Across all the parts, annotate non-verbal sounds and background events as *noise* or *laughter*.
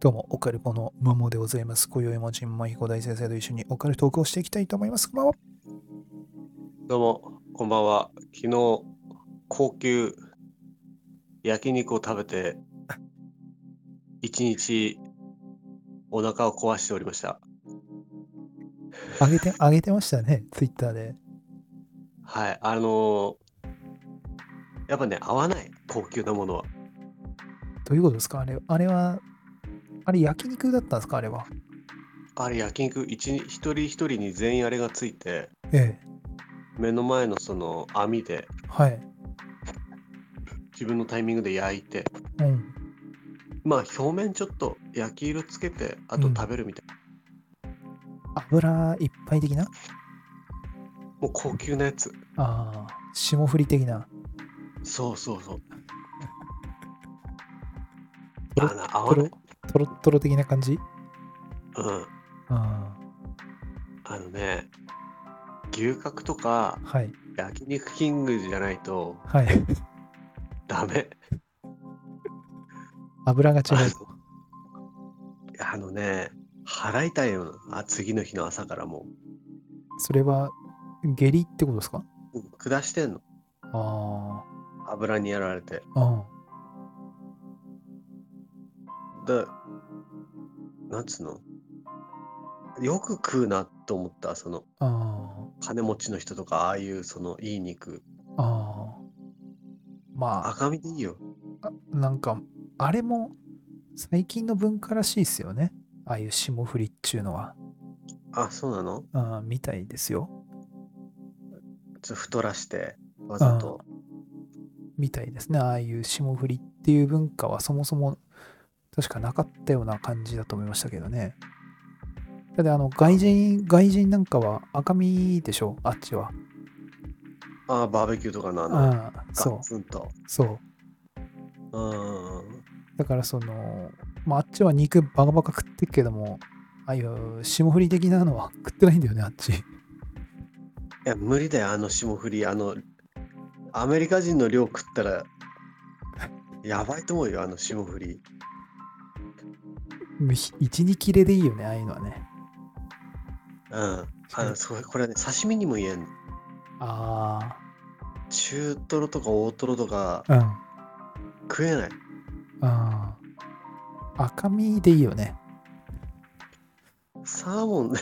どうも、オカルポのマモでございます。今宵もジンマイコ大先生と一緒にオカルトークをしていきたいと思います。こんばんは。どうも、こんばんは。昨日、高級焼肉を食べて、一日お腹を壊しておりました。あげて、あげてましたね、ツイッターで。はい、あのーやっぱね、合わない、高級なものは。どういうことですかあれ、あれは、あれ焼肉だったんですかあれは。あれ、焼肉一日、一人一人に全員あれがついて、ええ。目の前のその網で、はい。自分のタイミングで焼いて、うん。まあ、表面ちょっと焼き色つけて、あとうん食べるみたいな。油いっぱい的なもう高級なやつ。ああ、霜降り的な。そうそうそう。トロあの合トわなロい。、トロトロ的な感じうん。ああのね、牛角とかあ、はい。焼肉キングじゃないとはい。ダメ。油が違あう。のあのね、払いたいよあ次の日の朝からもそれは、下痢ってことですかううん下してんのあ油にやられてあ、うん。だなんつうのよく食うなと思ったそのあ金持ちの人とかああいうそのいい肉あ、ああ。まあ、赤身でいいよあなんかあれも最近の文化らしいですよねああいう霜降りっちゅうのはあそうなのあーみたいですよちょっと太らしてわざとみたいですねああいう霜降りっていう文化はそもそも確かなかったような感じだと思いましたけどねだってあの外人外人なんかは赤身でしょあっちはああバーベキューとかのあのああガそツンとうそううんだからその、まあ、あっちは肉バカバカ食ってるけどもああいう霜降り的なのは食ってないんだよねあっち *laughs* いや無理だよあの霜降りあのアメリカ人の量食ったらやばいと思うよあの霜降り12切れでいいよねああいうのはねうんあのそれこれね刺身にも言えんのあ中トロとか大トロとかあ、うん。食えないああ。赤身でいいよ *laughs* ね。サーモンね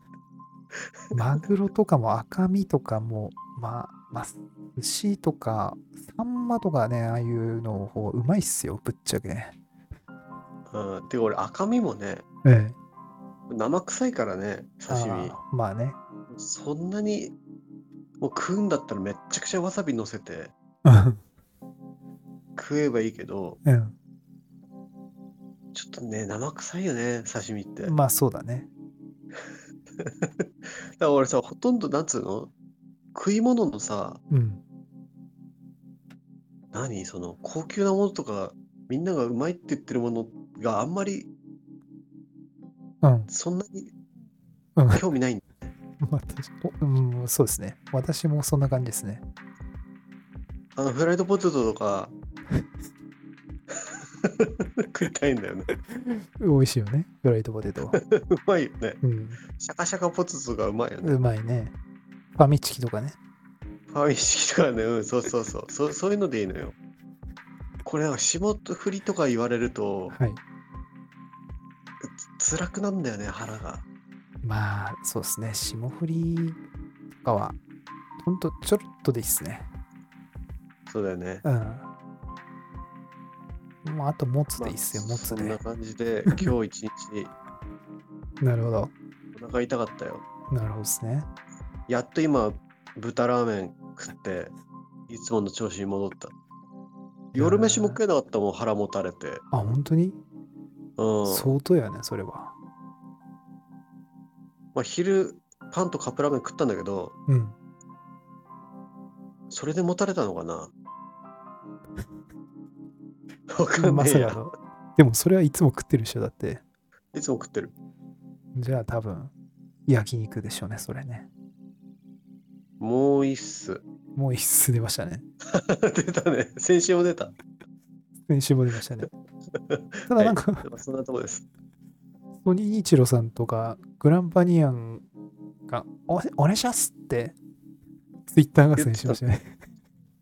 *laughs* マグロとかも赤身とかも、まあ、まあ、寿司とか、サンマとかね、ああいうの方、うまいっすよ、ぶっちゃけ。えうんで俺赤身もねえ。生臭いからね刺身ああまあね。そんなにもう食うんだったらめっちゃくちゃわさび乗せてうん食えばいいけど *laughs* うん。ちょっとね生臭いよね刺身ってまあ、そうだね。だから俺さほとんどなんつうの食い物のさうん。何その高級なものとかみんながうまいって言ってるものがあんまりうん。そんなにうん興味ないんだ、まあ、確かおうん、そうですね。私もそんな感じですね。あのフライドポテトと *laughs* か食いたいんだよね美味しいよね。フライドポテトは。うまいよね *laughs* うん。シャカシャカポテトとかうまいよねうまいね。ファミチキとかね。ファミチキとかねうんそうそうそうそうそういうのでいいのよこれなんか霜降りとか言われるとはい。つ辛くなんだよね腹がまあそうですね霜降りとかはほんとちょろっとでいいっすねそうだよねうんもうあともつでいいっすよ、まあもつそんでな感じで今日一日なるほどお腹痛かったよなるほどですねやっと今豚ラーメン食っていつもの調子に戻った夜飯も食えなかったもん腹もたれてあ本当にうん相当やねそれはまあ、昼パンとカップラーメン食ったんだけどうんそれでもたれたの *laughs* かなわかんまねえさかやのでもそれはいつも食ってる人だっていつも食ってるじゃあ多分焼肉でしょうねそれねもういいっす *laughs* もう一室出ましたね出たね先週も出た *laughs* 先週も出ましたねただなんか、やっぱそんなとこです。ソニー・イチロさんとかグランパニアンがお「お願いします」ってツイッター合戦しましたね。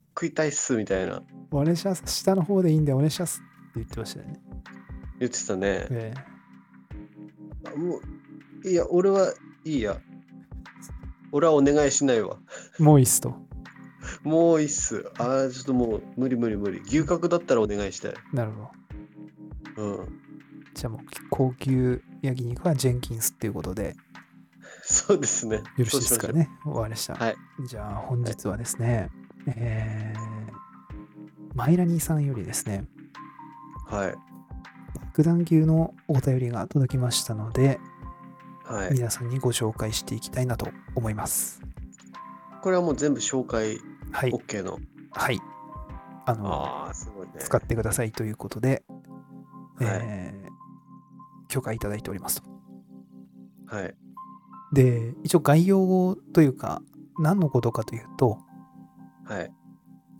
食いたいっすみたいなお願いします。下の方でいいんでお願いしますって言ってましたよね。言ってたね。ええもう、いや、俺はいいや。俺はお願いしないわ。もういいっすと。もういいっす。あーちょっともう無理無理無理。牛角だったらお願いしたい。なるほど。うん。じゃあもう高級焼肉はジェンキンスっていうことでそうですね。よよろしいですか。ね。終わりました。はいじゃあ本日はですね、えーマイラニーさんよりですね、はい。爆弾級のお便りが届きましたので、はい。皆さんにご紹介していきたいなと思います。これはもう全部紹介はい。 OK の。はい。あの、ああ、すごいね。使ってくださいということで、はいえー許可いただいておりますと。はい。で、一応概要というか、何のことかというと、はい。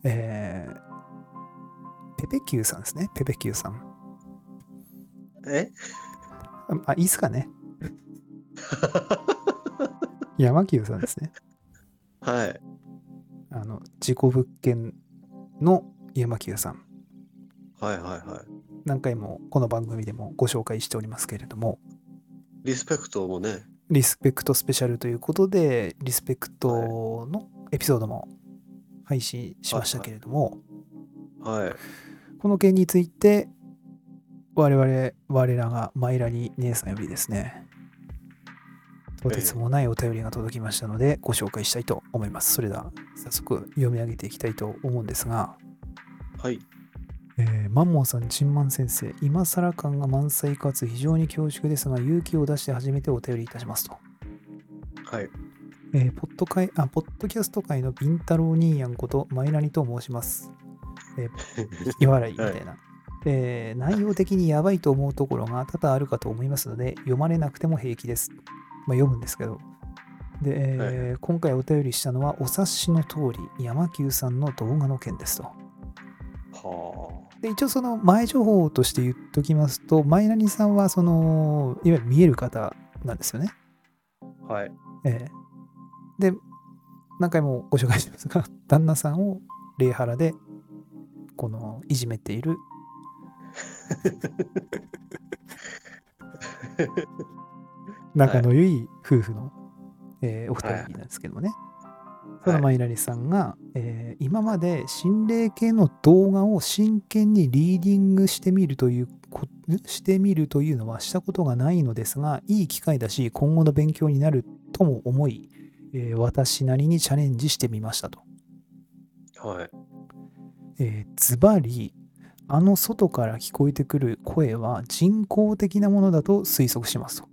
えーペペキューさんですね。ペペキューさん。え *laughs* あ、いいっすかね。山キューさんですね。 *laughs* はい。あの、事故物件の山キューさん。はいはいはい。何回もこの番組でもご紹介しておりますけれども、リスペクトもね。リスペクトスペシャルということで、リスペクトのエピソードも配信しましたけれども、はい。この件について、我々、我らがマイラニ姉さんよりですね、とてつもないお便りが届きましたので、ご紹介したいと思います。それでは、早速読み上げていきたいと思うんですが、はい。えーマンモーさん、チンマン先生、今更感が満載かつ非常に恐縮ですが、勇気を出して初めてお便りいたしますと。 *laughs* はい。えーポッド会あポッドキャスト界のビンタロウ兄やんことマイナニと申します。えー、い笑いみたいな。えー内容的にやばいと思うところが多々あるかと思いますので、読まれなくても平気です。まあ、読むんですけど。で、えー今回お便りしたのは、お察しの通り、山久さんの動画の件ですと。はで一応その前情報として言っときますと、マイナニさんは、その、いわゆる見える方なんですよね。あ。はい。ええ、で何回もご紹介してますが *laughs* 旦那さんをレイハラでこのいじめている仲の良い夫婦の、えーお二人なんですけどもね、そのマイラリさんが、えー今まで心霊系の動画を真剣にリーディングしてみるというこしてみるというのはしたことがないのですがいい機会だし今後の勉強になるとも思い、えー私なりにチャレンジしてみましたと。はい。えーズバリあの外から聞こえてくる声は人工的なものだと推測しますと。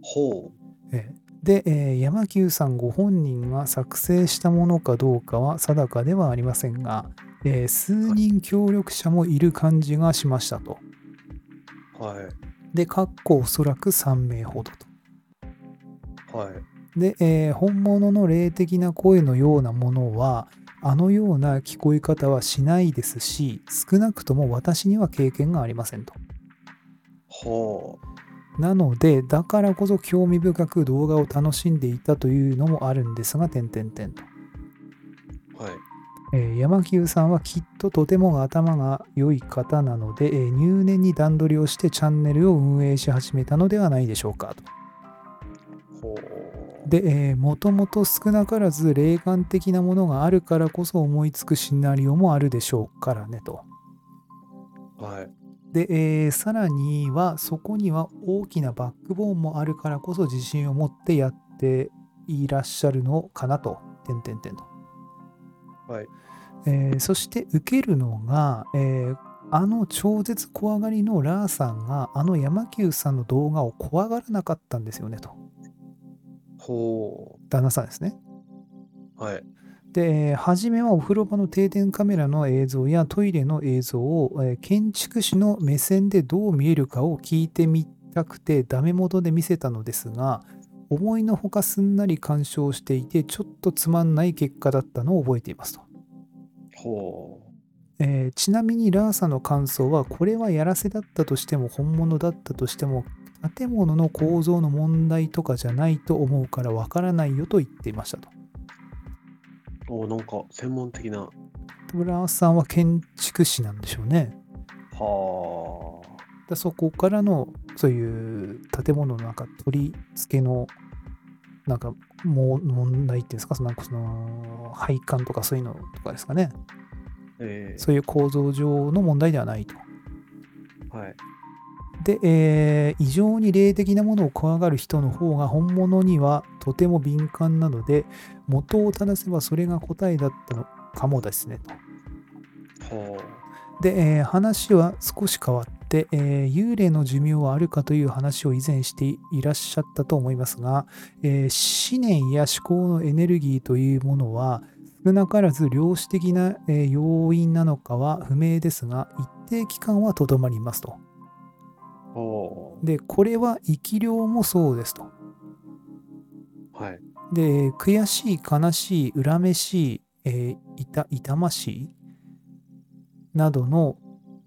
ほええで、えー山久さんご本人が作成したものかどうかは定かではありませんが、えー数人協力者もいる感じがしましたと。う。はい。で、かっこおそらく3名ほどと。はい。で、えー本物の霊的な声のようなものは、あのような聞こえ方はしないですし、少なくとも私には経験がありませんと。ほう。なので、だからこそ興味深く動画を楽しんでいたというのもあるんですが、点々点と。はい。えー山木さんはきっととても頭が良い方なので、えー入念に段取りをしてチャンネルを運営し始めたのではないでしょうかと。ほう。で、えー、もともと少なからず霊感的なものがあるからこそ思いつくシナリオもあるでしょうからねと。はい。で、えーさらにはそこには大きなバックボーンもあるからこそ自信を持ってやっていらっしゃるのかなと。点々点とはい。えーそして受けるのが、えーあの超絶怖がりのラーさんがあの山久さんの動画を怖がらなかったんですよねとほ旦那さんですねう。はい。でえー初めはお風呂場の定点カメラの映像やトイレの映像を、えー建築士の目線でどう見えるかを聞いてみたくてダメ元で見せたのですが思いのほかすんなり鑑賞していてちょっとつまんない結果だったのを覚えていますとほええーちなみにラーサの感想はこれはやらせだったとしても本物だったとしても建物の構造の問題とかじゃないと思うからわからないよと言っていましたと。おなんか専門的な。は多分ラーサさんは建築士なんでしょうね。あ。だそこからのそういう建物のなんか取り付けのなんかもう問題っていうんですかそのなんかその配管とかそういうのとかですかねえそういう構造上の問題ではないと。えはい。で、えー異常に霊的なものを怖がる人の方が本物にはとても敏感なので元を正せばそれが答えだったのかもですねと。はで、えー話は少し変わって、えー幽霊の寿命はあるかという話を以前していらっしゃったと思いますが、えー思念や思考のエネルギーというものは少なからず量子的な、えー要因なのかは不明ですが一定期間はとどまりますと。あ。はでこれは生き量もそうですと。あ。はい。で悔しい悲しい恨めしい、えー痛痛ましいなどの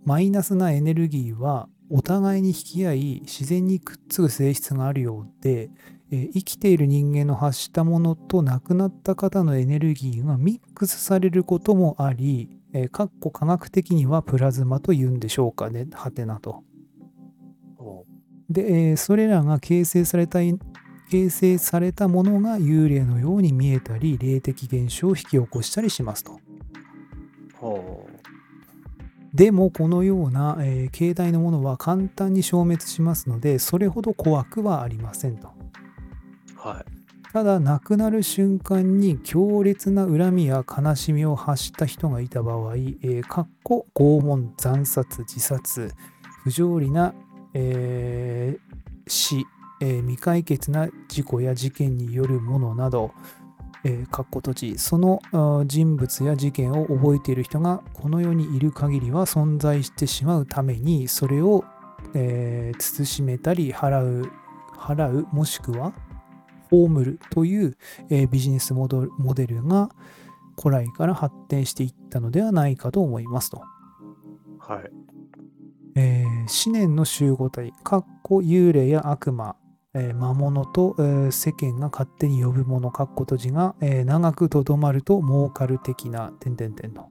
マイナスなエネルギーはお互いに引き合い自然にくっつく性質があるようで、えー生きている人間の発したものと亡くなった方のエネルギーがミックスされることもあり、えーかっこ科学的にはプラズマと言うんでしょうかねはてなと。おうで、えーそれらが形成されたい形成されたものが幽霊のように見えたり霊的現象を引き起こしたりしますと。はでもこのような、えー形態のものは簡単に消滅しますのでそれほど怖くはありませんと。あ。はい。ただ亡くなる瞬間に強烈な恨みや悲しみを発した人がいた場合、えーかっこ拷問惨殺自殺不条理な、えー死、えー未解決な事故や事件によるものなど、えーかっこ閉じそのあー人物や事件を覚えている人がこの世にいる限りは存在してしまうためにそれを、えー慎めたり払う払うもしくは葬るという、えービジネスモドモデルが古来から発展していったのではないかと思いますと。はい。えー思念の集合体、かっこ幽霊や悪魔、えー魔物と、えー世間が勝手に呼ぶもの、かっこ閉じが、えー長くとどまると儲かる的な、点々点の。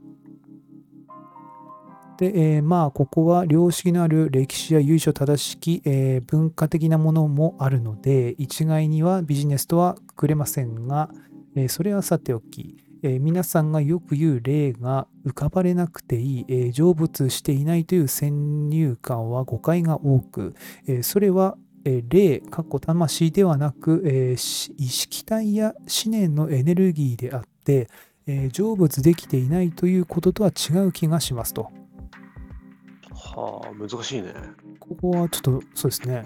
で、えーまあ、ここは良識のある歴史や由緒正しき、えー文化的なものもあるので、一概にはビジネスとはくくれませんが、えーそれはさておき、えー皆さんがよく言う例が浮かばれなくていい、えー成仏していないという先入観は誤解が多く、えーそれは、えー霊、かっこ魂ではなく、えーし意識体や思念のエネルギーであって、えー成仏できていないということとは違う気がしますと。はあ。難しいね。ここはちょっとそうですね。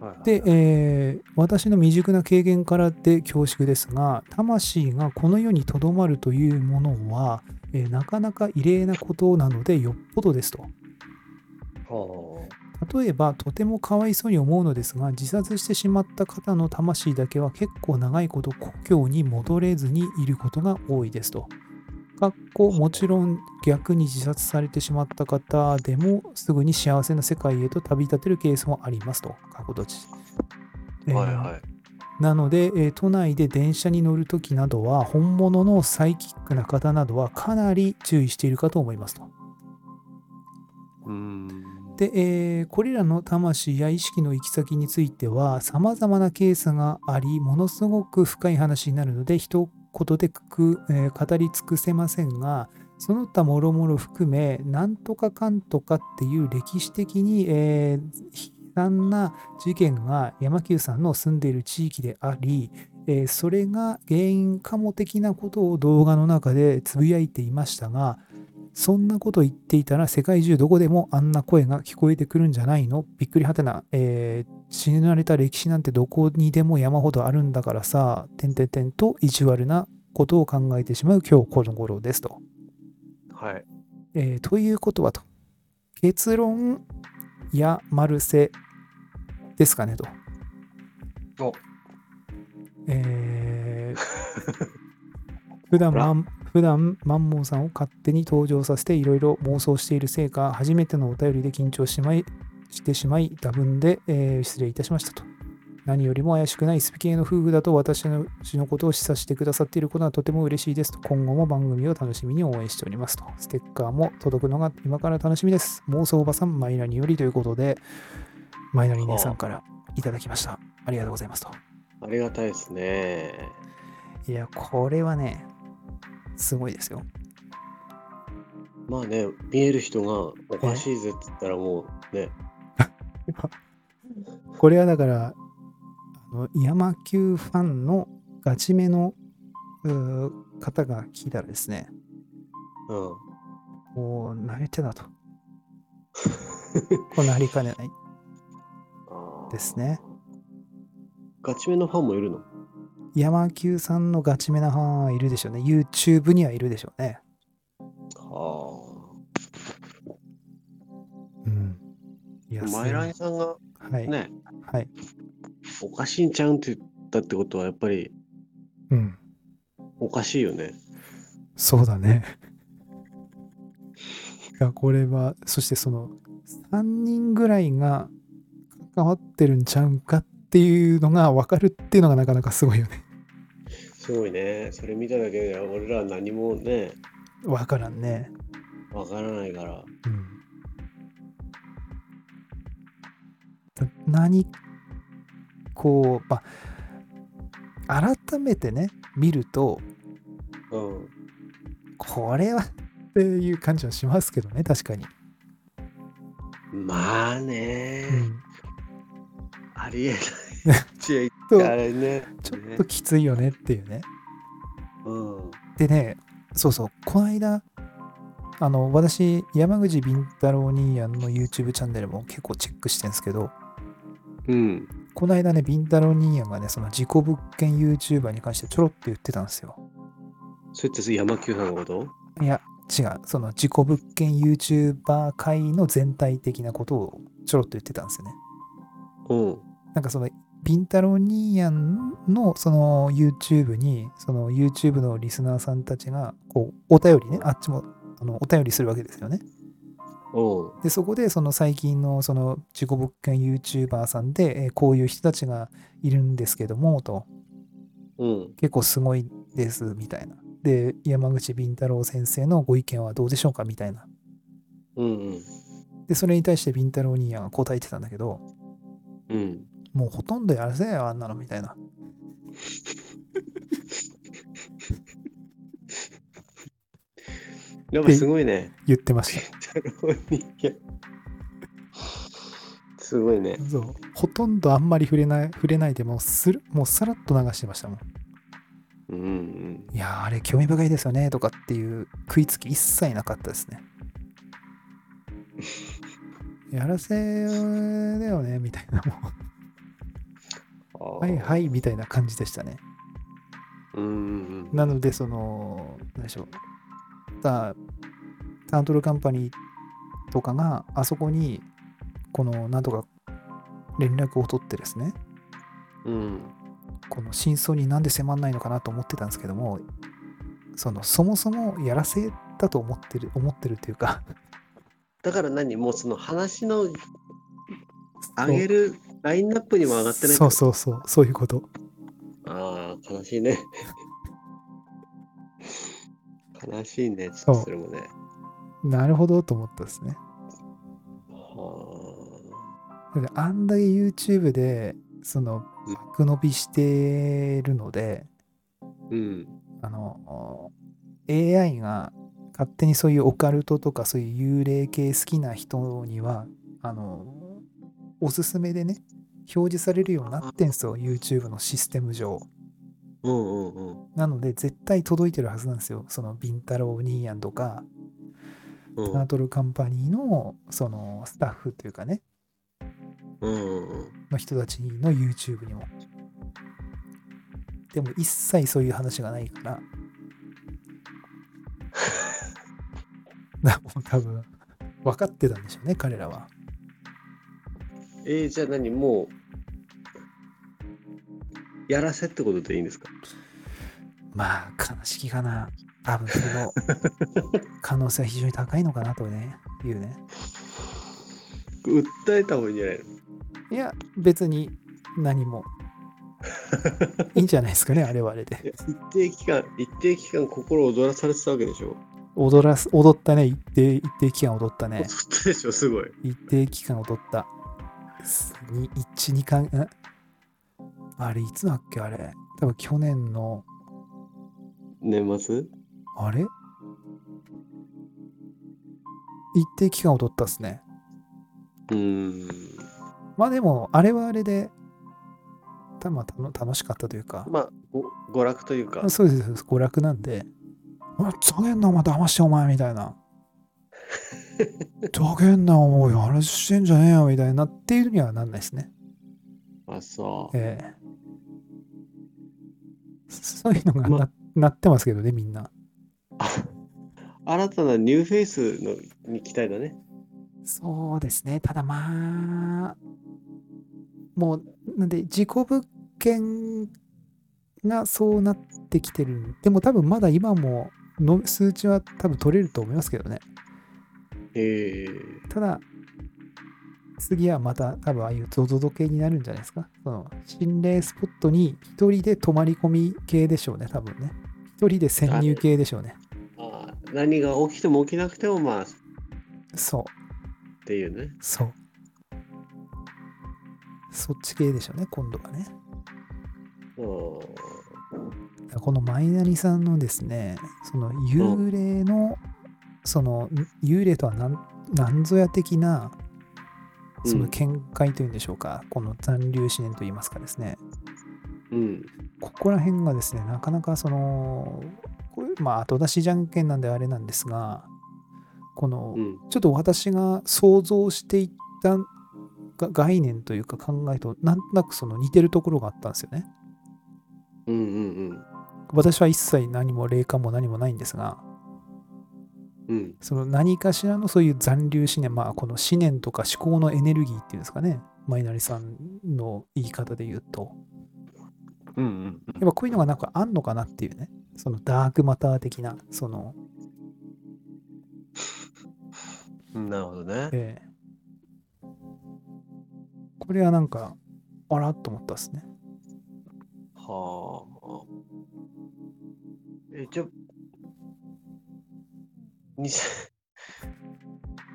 はいはい。で、えー私の未熟な経験からで恐縮ですが魂がこの世にとどまるというものは、えーなかなか異例なことなのでよっぽどですとは例えばとてもかわいそうに思うのですが自殺してしまった方の魂だけは結構長いこと故郷に戻れずにいることが多いですと。かっこもちろん逆に自殺されてしまった方でもすぐに幸せな世界へと旅立てるケースもありますと。過去どっち、えあ。ーはいはい。なので、えー都内で電車に乗るときなどは本物のサイキックな方などはかなり注意しているかと思いますと。うーん。で、えーこれらの魂や意識の行き先については様々なケースがありものすごく深い話になるので一言でくく、えー語り尽くせませんがその他もろもろ含めなんとかかんとかっていう歴史的に、えー悲惨な事件が山久さんの住んでいる地域であり、えーそれが原因かも的なことを動画の中でつぶやいていましたがそんなこと言っていたら世界中どこでもあんな声が聞こえてくるんじゃないのびっくりはてな、えー死なれた歴史なんてどこにでも山ほどあるんだからさ、てんてんてんと意地悪なことを考えてしまう今日この頃ですと。はい。えーということはと。結論、や、マルセですかねと。おえー普段まん普段マンモーさんを勝手に登場させていろいろ妄想しているせいか初めてのお便りで緊張しまいしてしまい多分で、えー失礼いたしましたと何よりも怪しくないスピ系の夫婦だと私の私のことを示唆してくださっていることはとても嬉しいですと今後も番組を楽しみに応援しておりますとステッカーも届くのが今から楽しみです妄想おばさんマイナリよりということでマイナリ姉さんからいただきましたありがとうございますとありがたいですね。いやこれはねすごいですよまあね、見える人がおかしいぜって言ったらもうね、これはだから、あの山級ファンのガチめのうー方が聞いたらですね、うん。もう投げてだと。こうなりかねないあーですね。ガチめのファンもいるの山級さんのガチめなファンはいるでしょうね。YouTube にはいるでしょうね。あうん。いやあ。マイライすさんがごいはい。ね、はい。おかしいんちゃうんって言ったってことは、やっぱりうん。おかしいよね。そうだね。いや、これは、そしてその、3人ぐらいが関わってるんちゃうんかっていうのが分かるっていうのがなかなかすごいよね。すごいね。それ見ただけで、俺らは何もね、分からんね。わからないから。うん。だ何、こう、まあ、改めてね、見ると、うん。これはっていう感じはしますけどね、確かに。まあね、うん。ありえない。ちと、あれね。ちょっときついよねっていうね。うん。でね、そうそう、この間、あの、私、山口敏太郎兄やんの YouTube チャンネルも結構チェックしてるんですけど、うん。この間ね、敏太郎兄やんがね、その自己物件 YouTuber に関してちょろって言ってたんですよ。そうやって山久さんのこといや、違う、その自己物件 YouTuber 会の全体的なことをちょろっと言ってたんですよね。うん。なんかその、敏太郎兄やんのその YouTube に、その YouTube のリスナーさんたちが、こう、お便りね、あっちも、あのお便りするわけですよね。うん。でそこでその最近のその自己物件 YouTuber さんで、えーこういう人たちがいるんですけどもとうん。結構すごいですみたいなで山口敏太郎先生のご意見はどうでしょうかみたいなうん。うん。でそれに対して敏太郎兄やんが答えてたんだけどうん。もうほとんどやらせよあんなのみたいなやっぱすごいね。言ってました太郎に。 *laughs* すごいね。 *laughs* そうほとんどあんまり触れない触れないでもうするもうさらっと流してましたもんうんうん。いやーあれ興味深いですよねとかっていう食いつき一切なかったですね。やらせだよねみたいなもあうーはいはいみたいな感じでしたね。うんうんうん。なのでその何でしょうタタントルカンパニーとかがあそこにこのなんとか連絡を取ってですねうん。この真相になんで迫んないのかなと思ってたんですけどもそのそもそもやらせだと思ってる思ってるというかだから何もうその話の上げるラインナップにも上がってないそうそうそうそういうことああ、悲しいね。 *laughs* 悲しいね、ちょっとそれもね。なるほどと思ったですねはだってあんだけ YouTube でそのうん爆伸びしてるのであうん。あの AI が勝手にそういうオカルトとかそういう幽霊系好きな人にはあのおすすめでね表示されるようになってんすよ YouTube のシステム上うんうんうんなので絶対届いてるはずなんですよそのビンタロウ兄やんとかうターん。トルカンパニーのそのスタッフというかねうんうんうん。の人たちの YouTube にも。でも一切そういう話がないから。 *laughs* なもう多分分かってたんでしょうね、彼らは。えー、じゃあ何もう、やらせってことでいいんですかまあ、悲しきかな。多分その可能性は非常に高いのかなとね、いうね。訴えた方がいいんじゃないのいや、別に何も。いいんじゃないですかね、あれはあれで。いや一定期間、一定期間心躍らされてたわけでしょ踊らす、踊ったね、一定、一定期間踊った踊ねっ。たでしょ、すごい。一定期間踊った。に1、2回、んあれ、いつだっけ、あれ。多分去年の、年末あれ一定期間踊ったっすね。うーん。まあでも、あれはあれで、たまたの楽しかったというか、まあ、ご娯楽というか、そうです、そうです娯楽なんで、お前、ざけんな、お前、騙して、お前、みたいな。ざけんな、お前、あれしてんじゃねえよ、みたいなっていうにはなんないですね。あ、そう。ええそういうのがな,、なってますけどね、みんな。新たなニューフェイスのに期待だね。そうですね、ただまあ、もう、なんで、事故物件がそうなってきてる。でも多分まだ今もの数値は多分取れると思いますけどね。ええただ、次はまた多分ああいうゾゾゾ系になるんじゃないですか。その心霊スポットに一人で泊まり込み系でしょうね、多分ね。一人で潜入系でしょうね。まあ、何が起きても起きなくても、まあ、っそう。ていうね。そう。そっち系でしょうね、今度はね。うこのマイナリさんのですね、その幽霊の、その幽霊とは何何ぞや的な、そのうん見解というんでしょうか、この残留思念といいますかですね、ん。うん。ここら辺がですね、なかなかその、これまあ後出しじゃんけんなんであれなんですが、この、うん。ちょっと私が想像していったが概念というか考えと、なんとなくその似てるところがあったんですよね。うんうん私は一切何も霊感も何もないんですが、うん。うん。その何かしらのそういう残留思念、まあこの思念とか思考のエネルギーっていうんですかね、マイナリさんの言い方で言うと、うんうんうんやっぱこういうのがなんかあんのかなっていうね、そのダークマター的な、その、うん。なるほどね。ええこれはなんか、あらっと思ったですね。はあ。え、じゃ、にせ、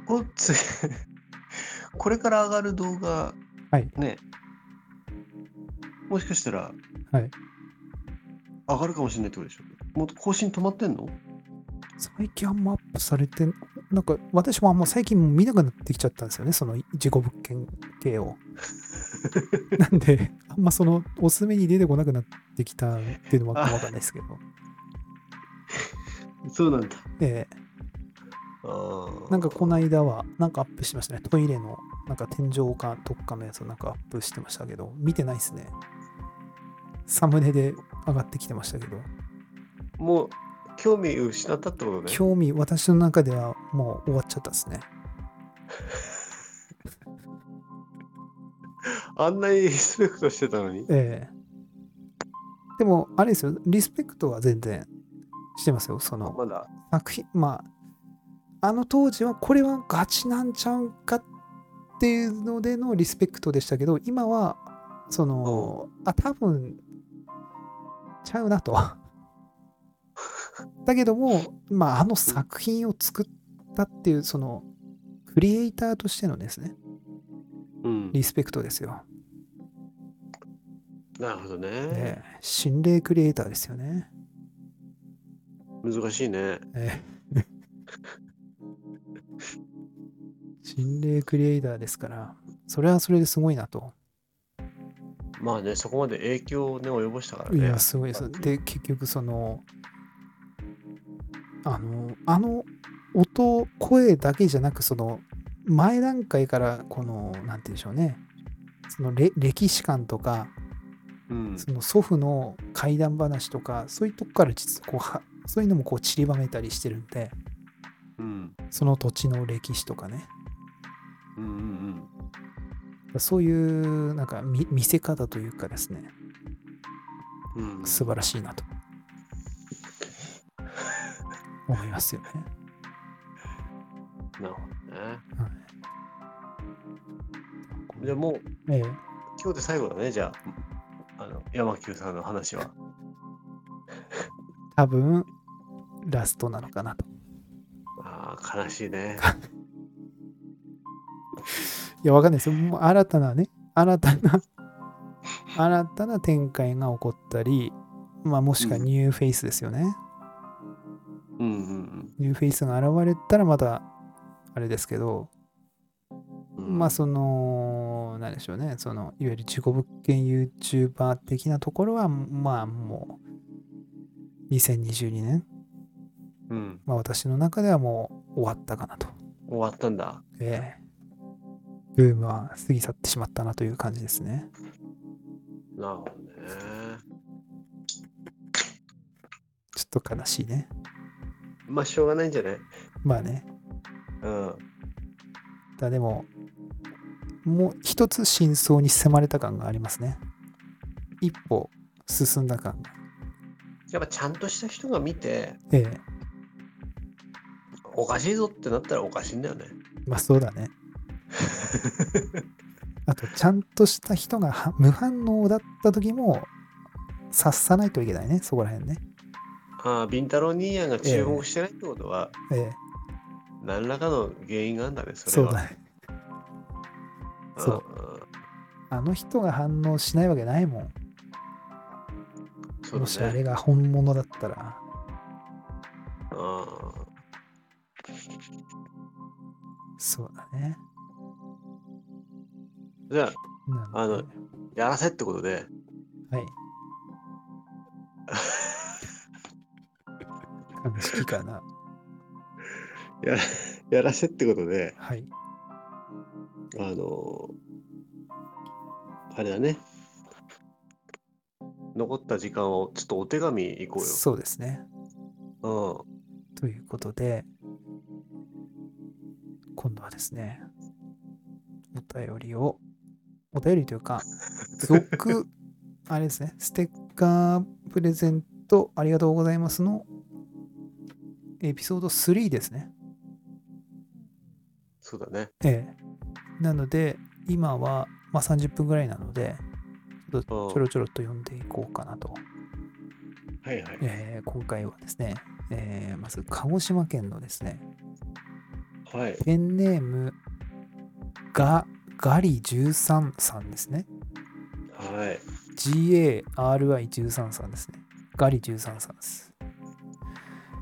こつ、 *laughs* これから上がる動画、はいね、もしかしたら、はい上がるかもしれないってことでしょ。もう更新止まってんの最近あんまアップされて、なんか私もあんま最近もう見なくなってきちゃったんですよね、その事故物件系を。なんで、あんまそのおすすめに出てこなくなってきたっていうのはわかんないですけど、そうなんだ。ええあなんかこの間は、なんかアップしてましたね、トイレのなんか天井か特化のやつをなんかアップしてましたけど、見てないですね。サムネで上がってきてましたけど、もう、興味失ったってことね。興味、私の中ではもう終わっちゃったですね。あんなにリスペクトしてたのに。ええでも、あれですよ、リスペクトは全然してますよ。そのまだ。作品、まあ、あの当時はこれはガチなんちゃうかっていうのでのリスペクトでしたけど、今は、その、あ、多分、ちゃうなと。 *laughs* だけども、まあ、あの作品を作ったっていう、その、クリエイターとしてのですね、うん。リスペクトですよ。なるほどねねえ心霊クリエイターですよね。難しいね。ええ心霊クリエイターですから、それはそれですごいなと。まあね、そこまで影響をね、及ぼしたからいね。や、すごいです。で、結局、その、あの、あの音、声だけじゃなく、その、前段階から、この、なんて言うんでしょうね、そのれ歴史観とか、うん。その祖父の怪談話とか、そういうとこから実はこうは、そういうのもこう散りばめたりしてるんで、うん。その土地の歴史とかね、うんうんそういうなんか見見せ方というかですね、うん。うん。素晴らしいなと。思いますよね。なるほどね。こじゃあもううええ今日で最後だね、じゃあ。あの山久さんの話は。多分ラストなのかなと。ああ、悲しいね。いや、わかんないですよ。もう新たなね、新たな、新たな展開が起こったり、まあ、もしくはニューフェイスですよね。うんうんニューフェイスが現れたら、また、あれですけど、うん。うんまあ、その、なんでしょうね、その、いわゆる自己物件 YouTuber 的なところは、まあ、もう、2022年、うん。まあ、私の中ではもう終わったかなと。終わったんだ。ええブームは過ぎ去ってしまったなという感じですね。なるほどね。ちょっと悲しいね。まあ、しょうがないんじゃないまあね。うん。だでももう一つ真相に迫れた感がありますね一歩進んだ感がやっぱちゃんとした人が見て、ええおかしいぞってなったらおかしいんだよね。まあそうだ *laughs* ねあとちゃんとした人がは無反応だった時も察さないといけないねそこら辺ねああ、ビンタロウ兄やんが注目してないってことは、ええ何らかの原因があるんだね、そそれうは。だねそうんうんあの人が反応しないわけないもん、そうだね。もしあれが本物だったらうんそうだねじゃなんであ *laughs* のあ、やらせってことで、はい。悲しきかな。やらやらせってことで、はい。あのあれだね。残った時間をちょっとお手紙行こそうですね。うよ。ということで、今度はですね、お便りを、お便りという *laughs* か、続、あれですね、ステッカープレゼントありがとうございますのエピソード3ですね。うん。そうだね。ええ。なので、今は、まあ、30分ぐらいなので、ちょっとうんちょろちょろっと読んでいこうかなと。はいはい。えー今回はですね、えーまず鹿児島県のですね、はい。ペンネームがガリ13さんですね。はい。 GARI13 さんですね。ガリ13さんです。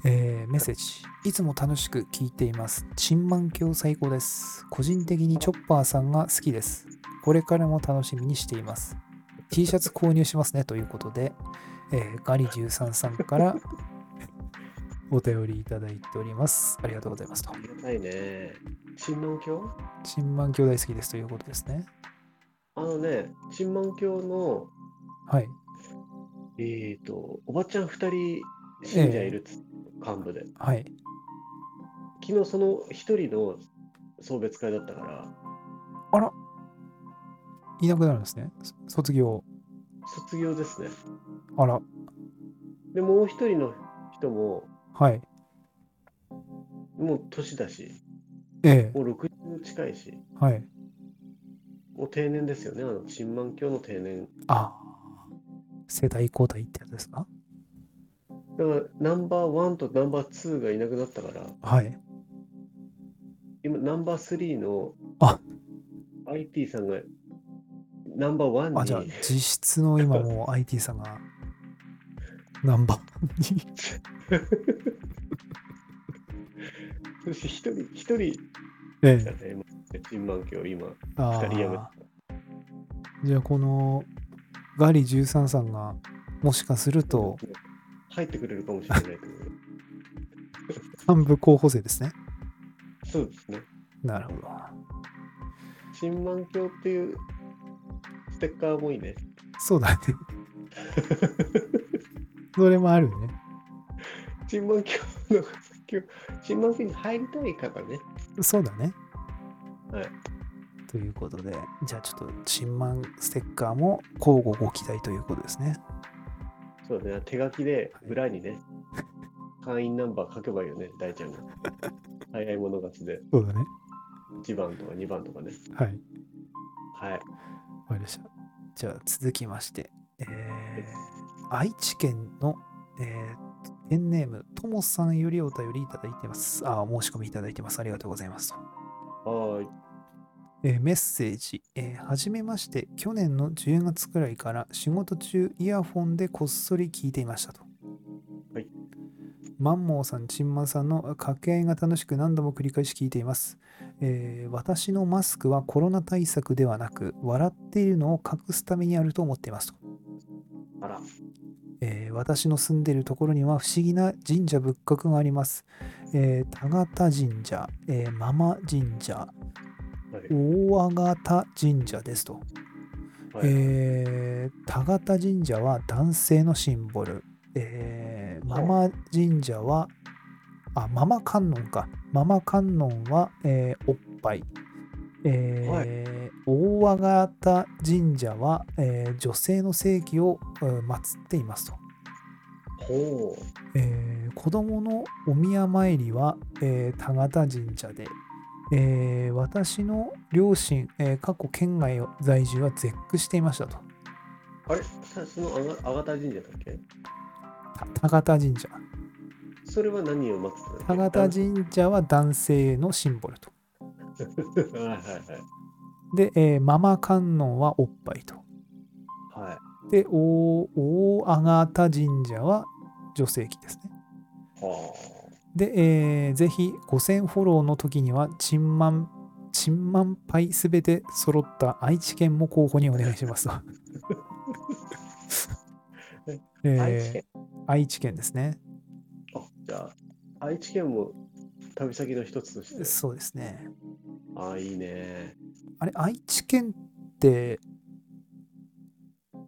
えーメッセージ。いつも楽しく聞いています。新満教最高です。個人的にチョッパーさんが好きです。これからも楽しみにしています。T シャツ購入しますねということで、えーガリ13さんからお便りいただいております。ありがとうございますとあ。りがたいね。新農協新満教大好きですということですね。あのね、新満教の、はい。えっ、と、おばちゃん2人信者いるっつ、幹部で。はい。昨日その1人の送別会だったから、いなくなるんですね。そ卒業。卒業ですね。あら。で、もう1人の人も、はい。もう年だし、ええもう60近いし、はい。もう定年ですよね、あの新満教の定年。ああ。世代交代ってやつですかだから、ナンバーワンとナンバーツーがいなくなったから、はい。今、ナンバースリーのあ IT さんが、ナンバーワンあ、じゃあに、実質の今 *laughs* もう IT さんがナンバーに。そして *laughs* 一人、一人えだ。ね、今、新満教、今、あ二人やめあ。じゃあこのガリ13さんがもしかすると入ってくれるかもしれないけど、幹部候補生ですね。そうですね。なるほど。新満教っていうステッカーもいいね。そうだね。それもあるね。新満教の教新満教に入りたい方ね。そうだね。はい。ということで、じゃあちょっと新満ステッカーも交互ご期待ということですね。そうだね、手書きで裏にね、会員ナンバー書けばいいよね、大ちゃん *laughs* が。早い者勝ちで、そうだね。 1番とか2番とかね。はい。わはい。かりました。じゃあ、続きまして、えー、愛知県の、えー、ペンネーム、ともさんよりお便りいただいてます。あー、申し込みいただいてます。ありがとうございます。はーい。えーメッセージ、えーはじめまして、去年の10月くらいから仕事中イヤフォンでこっそり聞いていましたと。はいマンモーさん、チンマンさんの掛け合いが楽しく何度も繰り返し聞いています、えー私のマスクはコロナ対策ではなく、笑っているのを隠すためにあると思っていますと。あら。えー私の住んでいるところには不思議な神社仏閣があります。えー田形神社、えーママ神社、はい。大和方神社ですと。はいえー、田形神社は男性のシンボル、えー、ママ神社はあママ観音かママ観音は、えーおっぱい、えー大和方神社は、えー女性の性器を、えー祀っていますと、ほえー子供のお宮参りは、えー田形神社で、えー私の両親、えー過去県外在住は絶句していましたとう。あれさそのあが、あがた神社だっけ田形神社それは何を待つんだっけ田形神社は男性のシンボルと社。 *laughs* はいはいはい。で、えーママ観音はおっぱいとはい。で大大あがた神社は女性器ですねはで、えーぜひ5000フォローの時にはチンマンチンマンパイすべて揃った愛知県も候補にお願いし *laughs* ますとえーあ。愛知県。愛知県ですねあ、じゃあ、愛知県も旅先の一つとして。そうですねああ、いいね。あれ、愛知県って、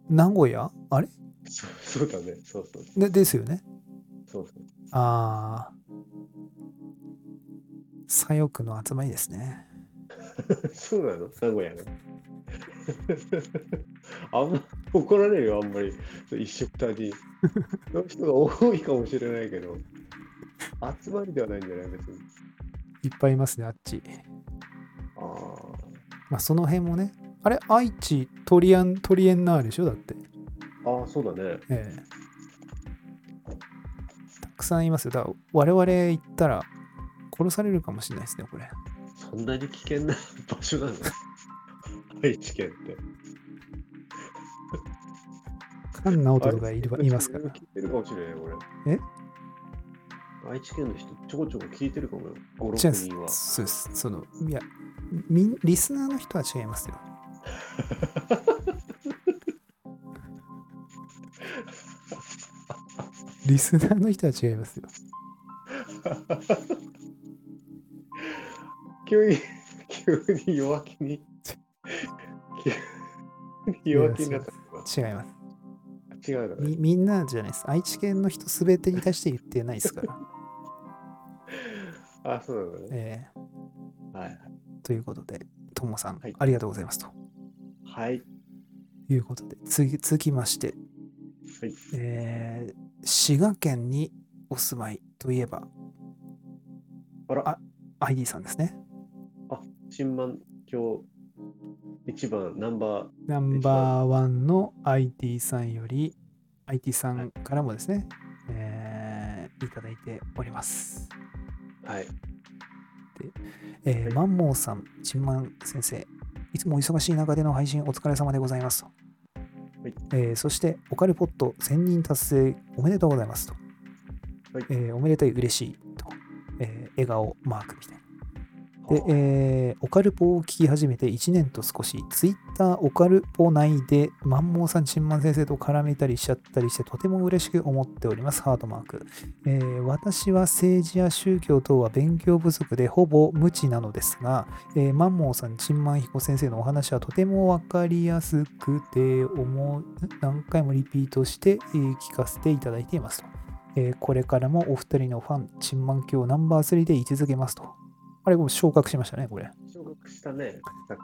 名古屋あれそそうだね。そうそうでですよね。そうそう。ああ。左翼の集まりですね。そうなの名古屋の。 *laughs* あんま怒られるよ、あんまり。一緒くたに。の人が多いかもしれないけど。集まりではないんじゃない別に。いっぱいいますね、あっち。ああ。まあ、その辺もね。あれ、愛知トリアン、トリエンナーレでしょだって。ああ、そうだね。ええたくさんいますよ。だから、我々行ったら殺されるかもしれないですね、これ。そんなに危険な場所なの *laughs* 愛知県って。菅直人とかいるいますから。聞いてるかもしれない、これ。え愛知県の人、ちょこちょこ聞いてるかもよ。5、違6い人まは。す。そうです。その、いや、みんリスナーの人は違いますよ。 *laughs* リスナーの人は違いますよ。 *laughs* 急に、急に弱気に。急に弱気になった。違います。違うからねみみんなじゃないです。愛知県の人すべてに対して言ってないです *laughs* から。あ、そうなのね。えはい。ーということで、ともさん、はいありがとうございますとはい。いうことで、次続きまして、はいえー滋賀県にお住まいといえば、あら、 ID さんですね。新満橋一番ナンバー、ナンバーワンの IT さんより、IT さんからもですね、えーいただいております。はい。えーはいマンモーさん、チンマン先生、いつもお忙しい中での配信お疲れ様でございますと。いえーそして、オカルポット1000人達成おめでとうございますと。はいえーおめでたい、嬉しいと。えー笑顔マークみたいな。で、はえーオカルポを聞き始めて1年と少し、ツイッターオカルポ内で、マンモーさん、チンマン先生と絡めたりしちゃったりして、とても嬉しく思っております。ハートマーク。えー私は政治や宗教等は勉強不足でほぼ無知なのですが、えーマンモーさん、チンマン彦先生のお話はとても分かりやすくて、思う何回もリピートして、えー聞かせていただいていますと、えーこれからもお二人のファン、チンマン教ナンバー3で居続けますと。あれ、もう昇格しましたね、これ。い。昇格したね、さっ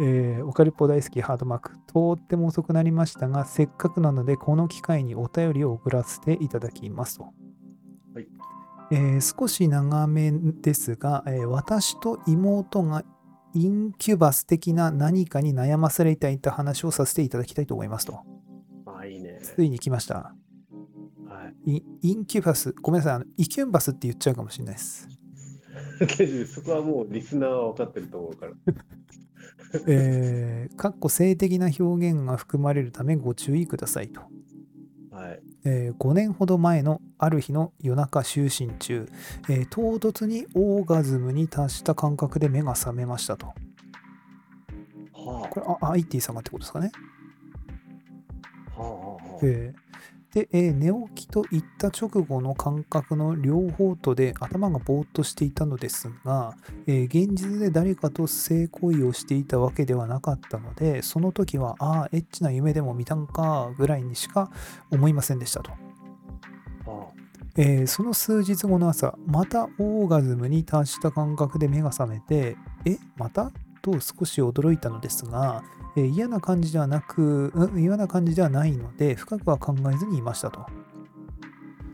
えーオカルポ大好きハードマーク。とっても遅くなりましたが、せっかくなので、この機会にお便りを送らせていただきますと。はいえー少し長めですが、えー私と妹がインキュバス的な何かに悩まされていた話をさせていただきたいと思いますと。 *laughs* ああ、いいね。ついに来ました。はい。インインキュバス、ごめんなさいあの、イキュンバスって言っちゃうかもしれないです。 *laughs* 大丈夫そこはもうリスナーは分かってると思うから。えー、かっこ性的な表現が含まれるためご注意くださいと、はい。え5年ほど前のある日の夜中就寝中、えー唐突にオーガズムに達した感覚で目が覚めましたとはこれああ IT さんがってことですかね、あ。はあ、はあ、はあ。えーで、えー寝起きと言った直後の感覚の両方とで頭がぼーっとしていたのですが、えー現実で誰かと性行為をしていたわけではなかったのでその時はああエッチな夢でも見たんかぐらいにしか思いませんでしたと、はえーその数日後の朝またオーガズムに達した感覚で目が覚めてえまたと少し驚いたのですが、えー嫌な感じではなく、うん、嫌な感じではないので深くは考えずにいましたと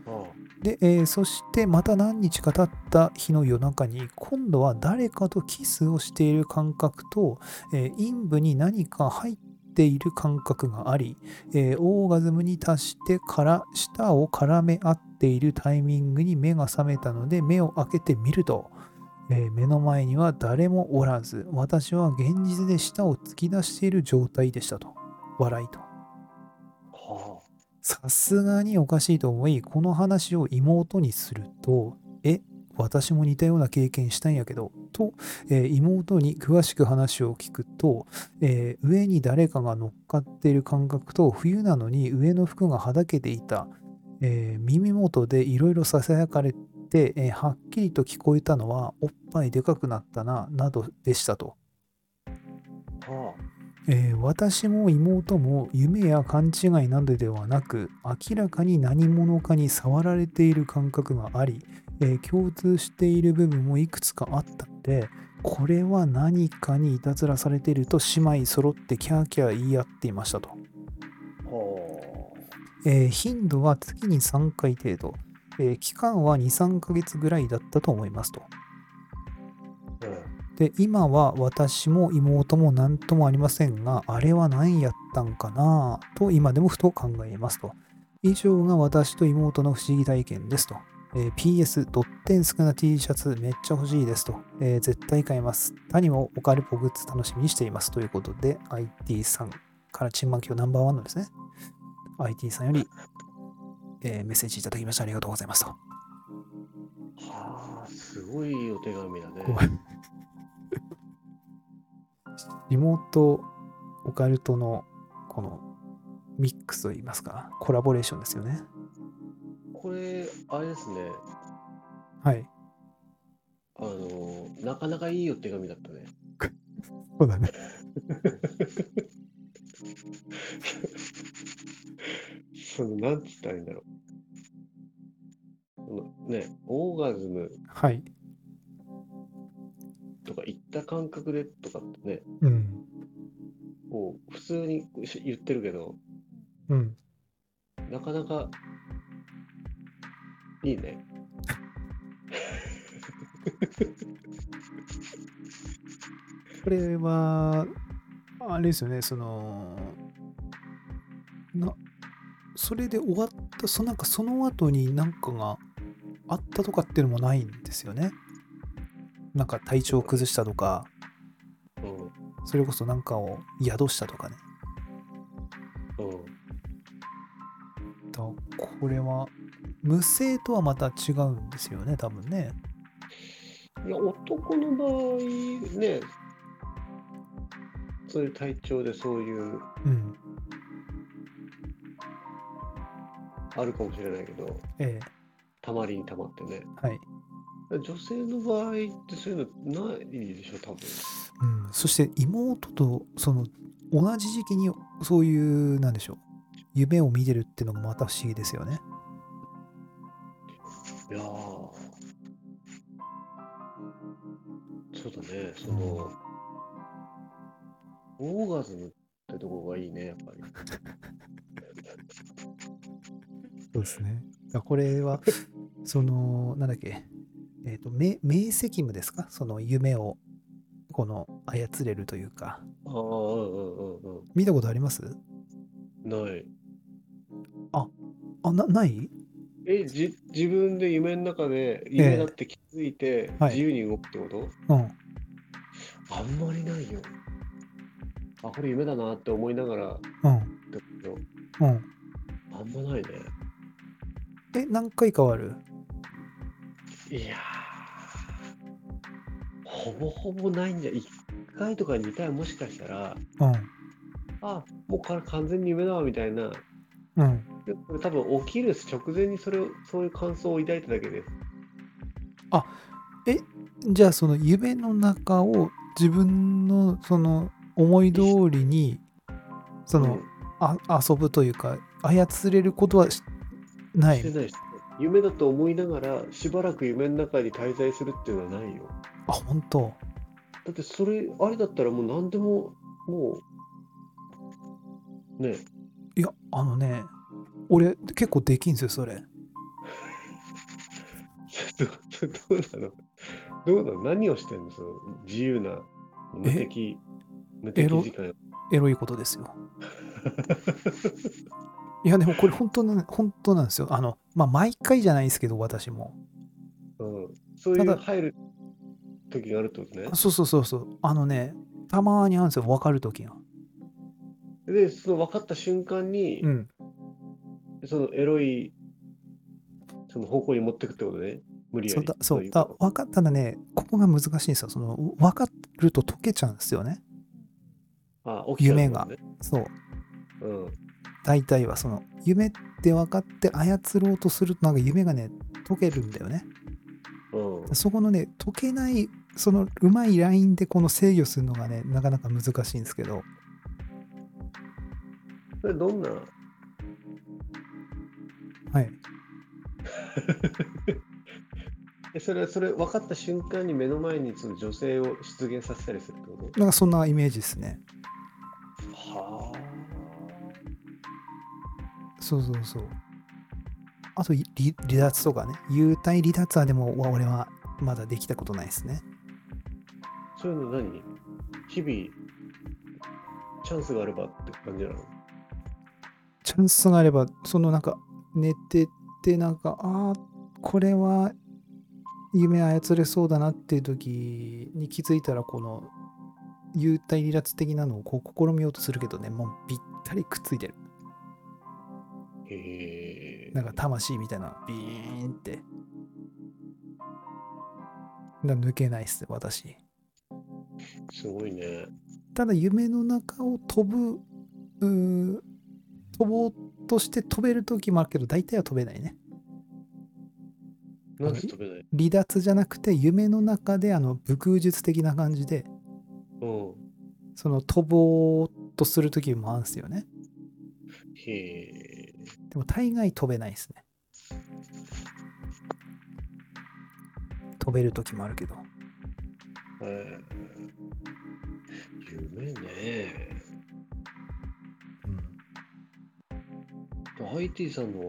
あ。はで、えーそしてまた何日か経った日の夜中に今度は誰かとキスをしている感覚と、えー陰部に何か入っている感覚があり、えーオーガズムに達してから舌を絡め合っているタイミングに目が覚めたので目を開けてみると、えー目の前には誰もおらず私は現実で舌を突き出している状態でしたと笑いと。あ。はさすがにおかしいと思いこの話を妹にすると「え私も似たような経験したんやけど」と、えー妹に詳しく話を聞くと、えー上に誰かが乗っかっている感覚と冬なのに上の服がはだけていた、えー耳元でいろいろささやかれて、えーはっきりと聞こえたのは「おっぱいでかくなったな」などでしたと。あ。はえー私も妹も夢や勘違いなどではなく明らかに何者かに触られている感覚があり、えー共通している部分もいくつかあったのでこれは何かにいたずらされていると姉妹揃ってキャーキャー言い合っていましたと。あ。はえー頻度は月に3回程度、えー期間は2、3ヶ月ぐらいだったと思いますと。あ。うん。で今は私も妹も何ともありませんがあれは何やったんかなぁと今でもふと考えますと以上が私と妹の不思議体験ですと、えー PS ドッテン少な T シャツめっちゃ欲しいですと、えー絶対買います谷もオカルポグッズ楽しみにしていますということで IT さんからチンマキをナンバーワンのですね IT さんより、えーメッセージいただきましてありがとうございますとはあ。すごいお手紙だね。ごめんリモートオカルトのこのミックスといいますかコラボレーションですよねこれ、あれですね。はいあの、なかなかいいお手紙だったね。そうだね *laughs* その、なんつったらいいんだろう。このね、オーガズムはいとか言った感覚でとかってね、うんこう、普通に言ってるけど、うんなかなか、いいね。これはあれですよねそのなそれで終わったそなんかその後になんかがあったとかっていうのもないんですよねなんか体調を崩したとかうん。それこそなんかを宿したとかねうん。だこれは無性とはまた違うんですよね多分ねいや、男の場合、ね、そういう体調でそういう、うんあるかもしれないけど、ええたまりにたまってね。はい、女性の場合ってそういうのないでしょ、多分。うん、そして妹とその同じ時期にそういうなんでしょう夢を見てるっていうのもまた不思議ですよねいやーそうだね、その、オーガズムってとこがいいね、やっぱり。そうですね。だからこれは、 *laughs* その、なんだっけ、えっ、と、明明晰夢ですかその夢を、この、操れるというか。ああ、うんうんうんうん。見たことありますない。あ、な、ないえ、じ自分で夢の中で、夢だって気づいて、はい自由に動くってこと、うん。あんまりないよ。あ、これ夢だなって思いながらだうん。けど、うん。あんまないね。え、何回かはあるいやー、ほぼほぼないんじゃ、1回とか2回もしかしたら、うん。あ、もうこれ完全に夢だわみたいな、うん。でこれ多分起きる直前にそれを、そういう感想を抱いただけです。じゃあ、その夢の中を自分の、その、思い通りに、その、あ遊ぶというか、操れることはしなしてい。ないしてない夢だと思いながら、しばらく夢の中に滞在するっていうのはないよ。あ、本当だってそれ、あれだったらもう何でも、もう、ねいや、あのね、俺、結構できんですよ、それ。ど *laughs* どうなのどうなの何をしてんのその自由な無敵無敵時間エロいことですよ。いや、でもこれ本当な、本当なんですよ。あの、まあ、毎回じゃないですけど、私も。 *laughs* うん、そういたうだ入る時があるってことねそうそうそうそう。あのね、たまにあるんですよ、分かるときが。でその分かった瞬間に、うん。そのエロいその方向に持ってくってことね無理やそうりだ、そというかだ、分かったらね、ここが難しいんですよ。その、分かると溶けちゃうんですよね。あ起きちゃう夢がもんねそう。うん大体は、その、夢って分かって操ろうとすると、なんか夢がね、溶けるんだよね。うんそこのね、解けない、そのうまいラインでこの制御するのがね、なかなか難しいんですけど、それどんなはい。えそれはそれ分かった瞬間に目の前にその女性を出現させたりするってことなんかそんなイメージですね。はそうそうそう。あと、い離離脱とかね、幽体離脱はでも、わ俺はまだできたことないですね。あそういうの何日々チャンスがあればって感じなのチャンスがあれば、そのなんか、寝てて、なんか、ああ、これは夢操れそうだなっていう時に気づいたら、この、幽体離脱的なのをこう試みようとするけどね、もうぴったりくっついてる。へえなんか魂みたいな、ビーンって。だから抜けないっす、私。すごいねただ、夢の中を飛ぶ、うー飛ぼうとして飛べるときもあるけど、大体は飛べないね。なんで飛べない離脱じゃなくて、夢の中で、あの、武空術的な感じで、うんその、飛ぼうとするときもあるんすよね。へえでも、大概飛べないっすね。飛べるときもあるけど。えー夢ねうん。で IT さんのは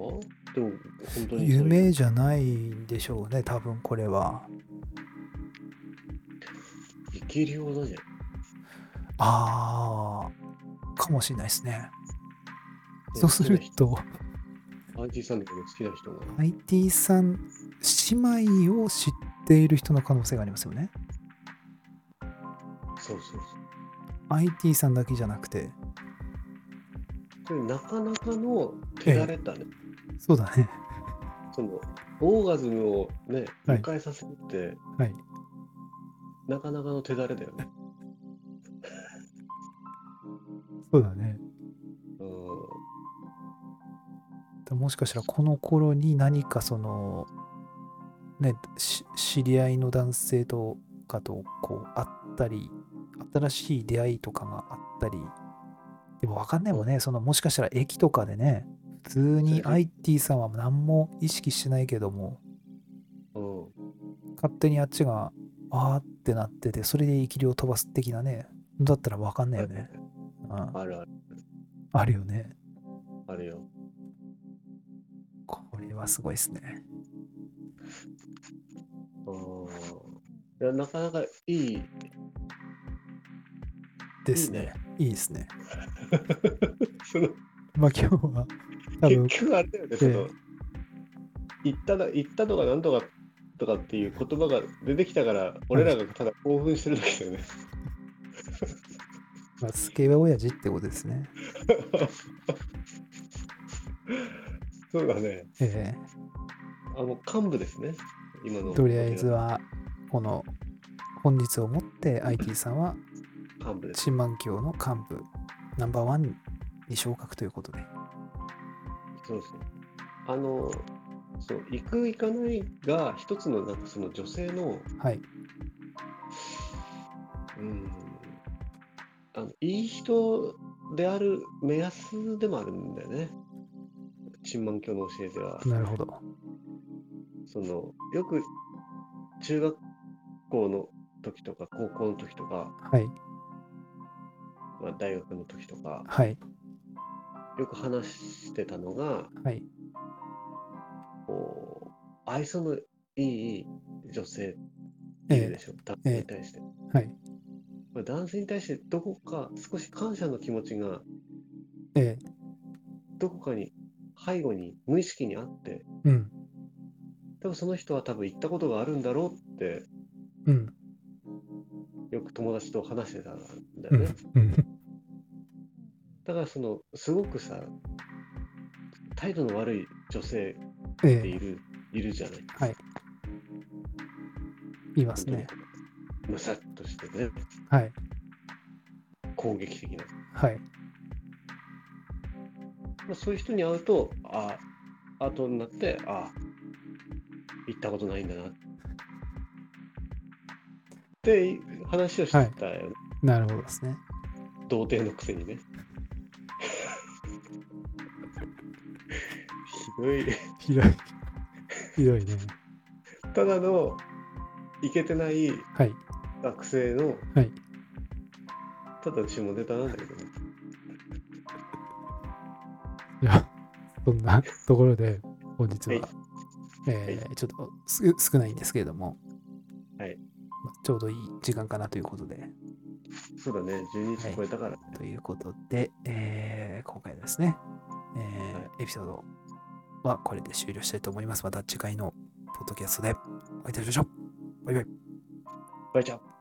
でも本当にそういう夢じゃないんでしょうね多分これは生きるようだじゃんあーかもしれないですねそうすると IT さんのこと好きな人が IT さん姉妹を知っている人の可能性がありますよねそうそうそう IT さんだけじゃなくてこれなかなかの手だれたね、そうだね *laughs* そのオーガズムをねはい迎えさせるって、はいなかなかの手だれだよね。そうだねうもしかしたらこの頃に何かそのねし知り合いの男性とかとこう会ったり新しい出会いとかがあったりでも分かんないもんねそのもしかしたら駅とかでね普通にそうですね IT さんは何も意識してないけどもん。うん。勝手にあっちがあーってなっててそれで生きりを飛ばす的なねだったらわかんないよね。うん、あるある、あるよね。あるよ。これはすごいですね。うんいや、なかなかいい、ですいいねね。いいですね。 *laughs* そのまあ今日は、多分結局あれだよね、その、言ったな、言ったとかなんとかとかっていう言葉が出てきたから、俺らがただ興奮してるだけだよね。 *laughs* まあ、スケベ親父ってことですね。そうだね、えあの、幹部ですね、今えの。とりあえず。は、この、本日をもって IT さんは、幹部です。新満教の幹部、ナンバーワンに昇格ということで。そうですね。あの、そう、行く行かないが、一つの、なんかその女性の、はい。うんあのいい人である目安でもあるんだよね。新満教の教えでは。なるほど。そのよく中学校の時とか高校の時とか、はい。まあ、大学の時とかはい。よく話してたのがはい。こう愛想のいい女性っていうえでしょ、男性に対して。えはい。まあ男性に対してどこか少し感謝の気持ちがええどこかに背後に無意識にあってうん。でもその人は多分行ったことがあるんだろうってうん。よく友達と話してたんだうよね。ん。うん。だからそのすごくさ態度の悪い女性えってえいる,、いるじゃない。言いますね。むさっとしてねはい。攻撃的な、はい。まあ、そういう人に会うとああ後になってあ行ったことないんだなって話をしてたよね、なるほどですね。童貞のくせにね。ひどいひどい。ひどいね。ただのいけてないはい。学生のはい。ただ下ネタなんだけどねじゃあ、そんなところで、本日は、はいえーちょっとす少ないんですけれども、はいまあちょうどいい時間かなということで、そうだね12時超えたから、ということで、えー今回ですね、えーはいエピソードはこれで終了したいと思います。また次回のポッドキャストでお会いいたしましょう。バイバイ。バイチャー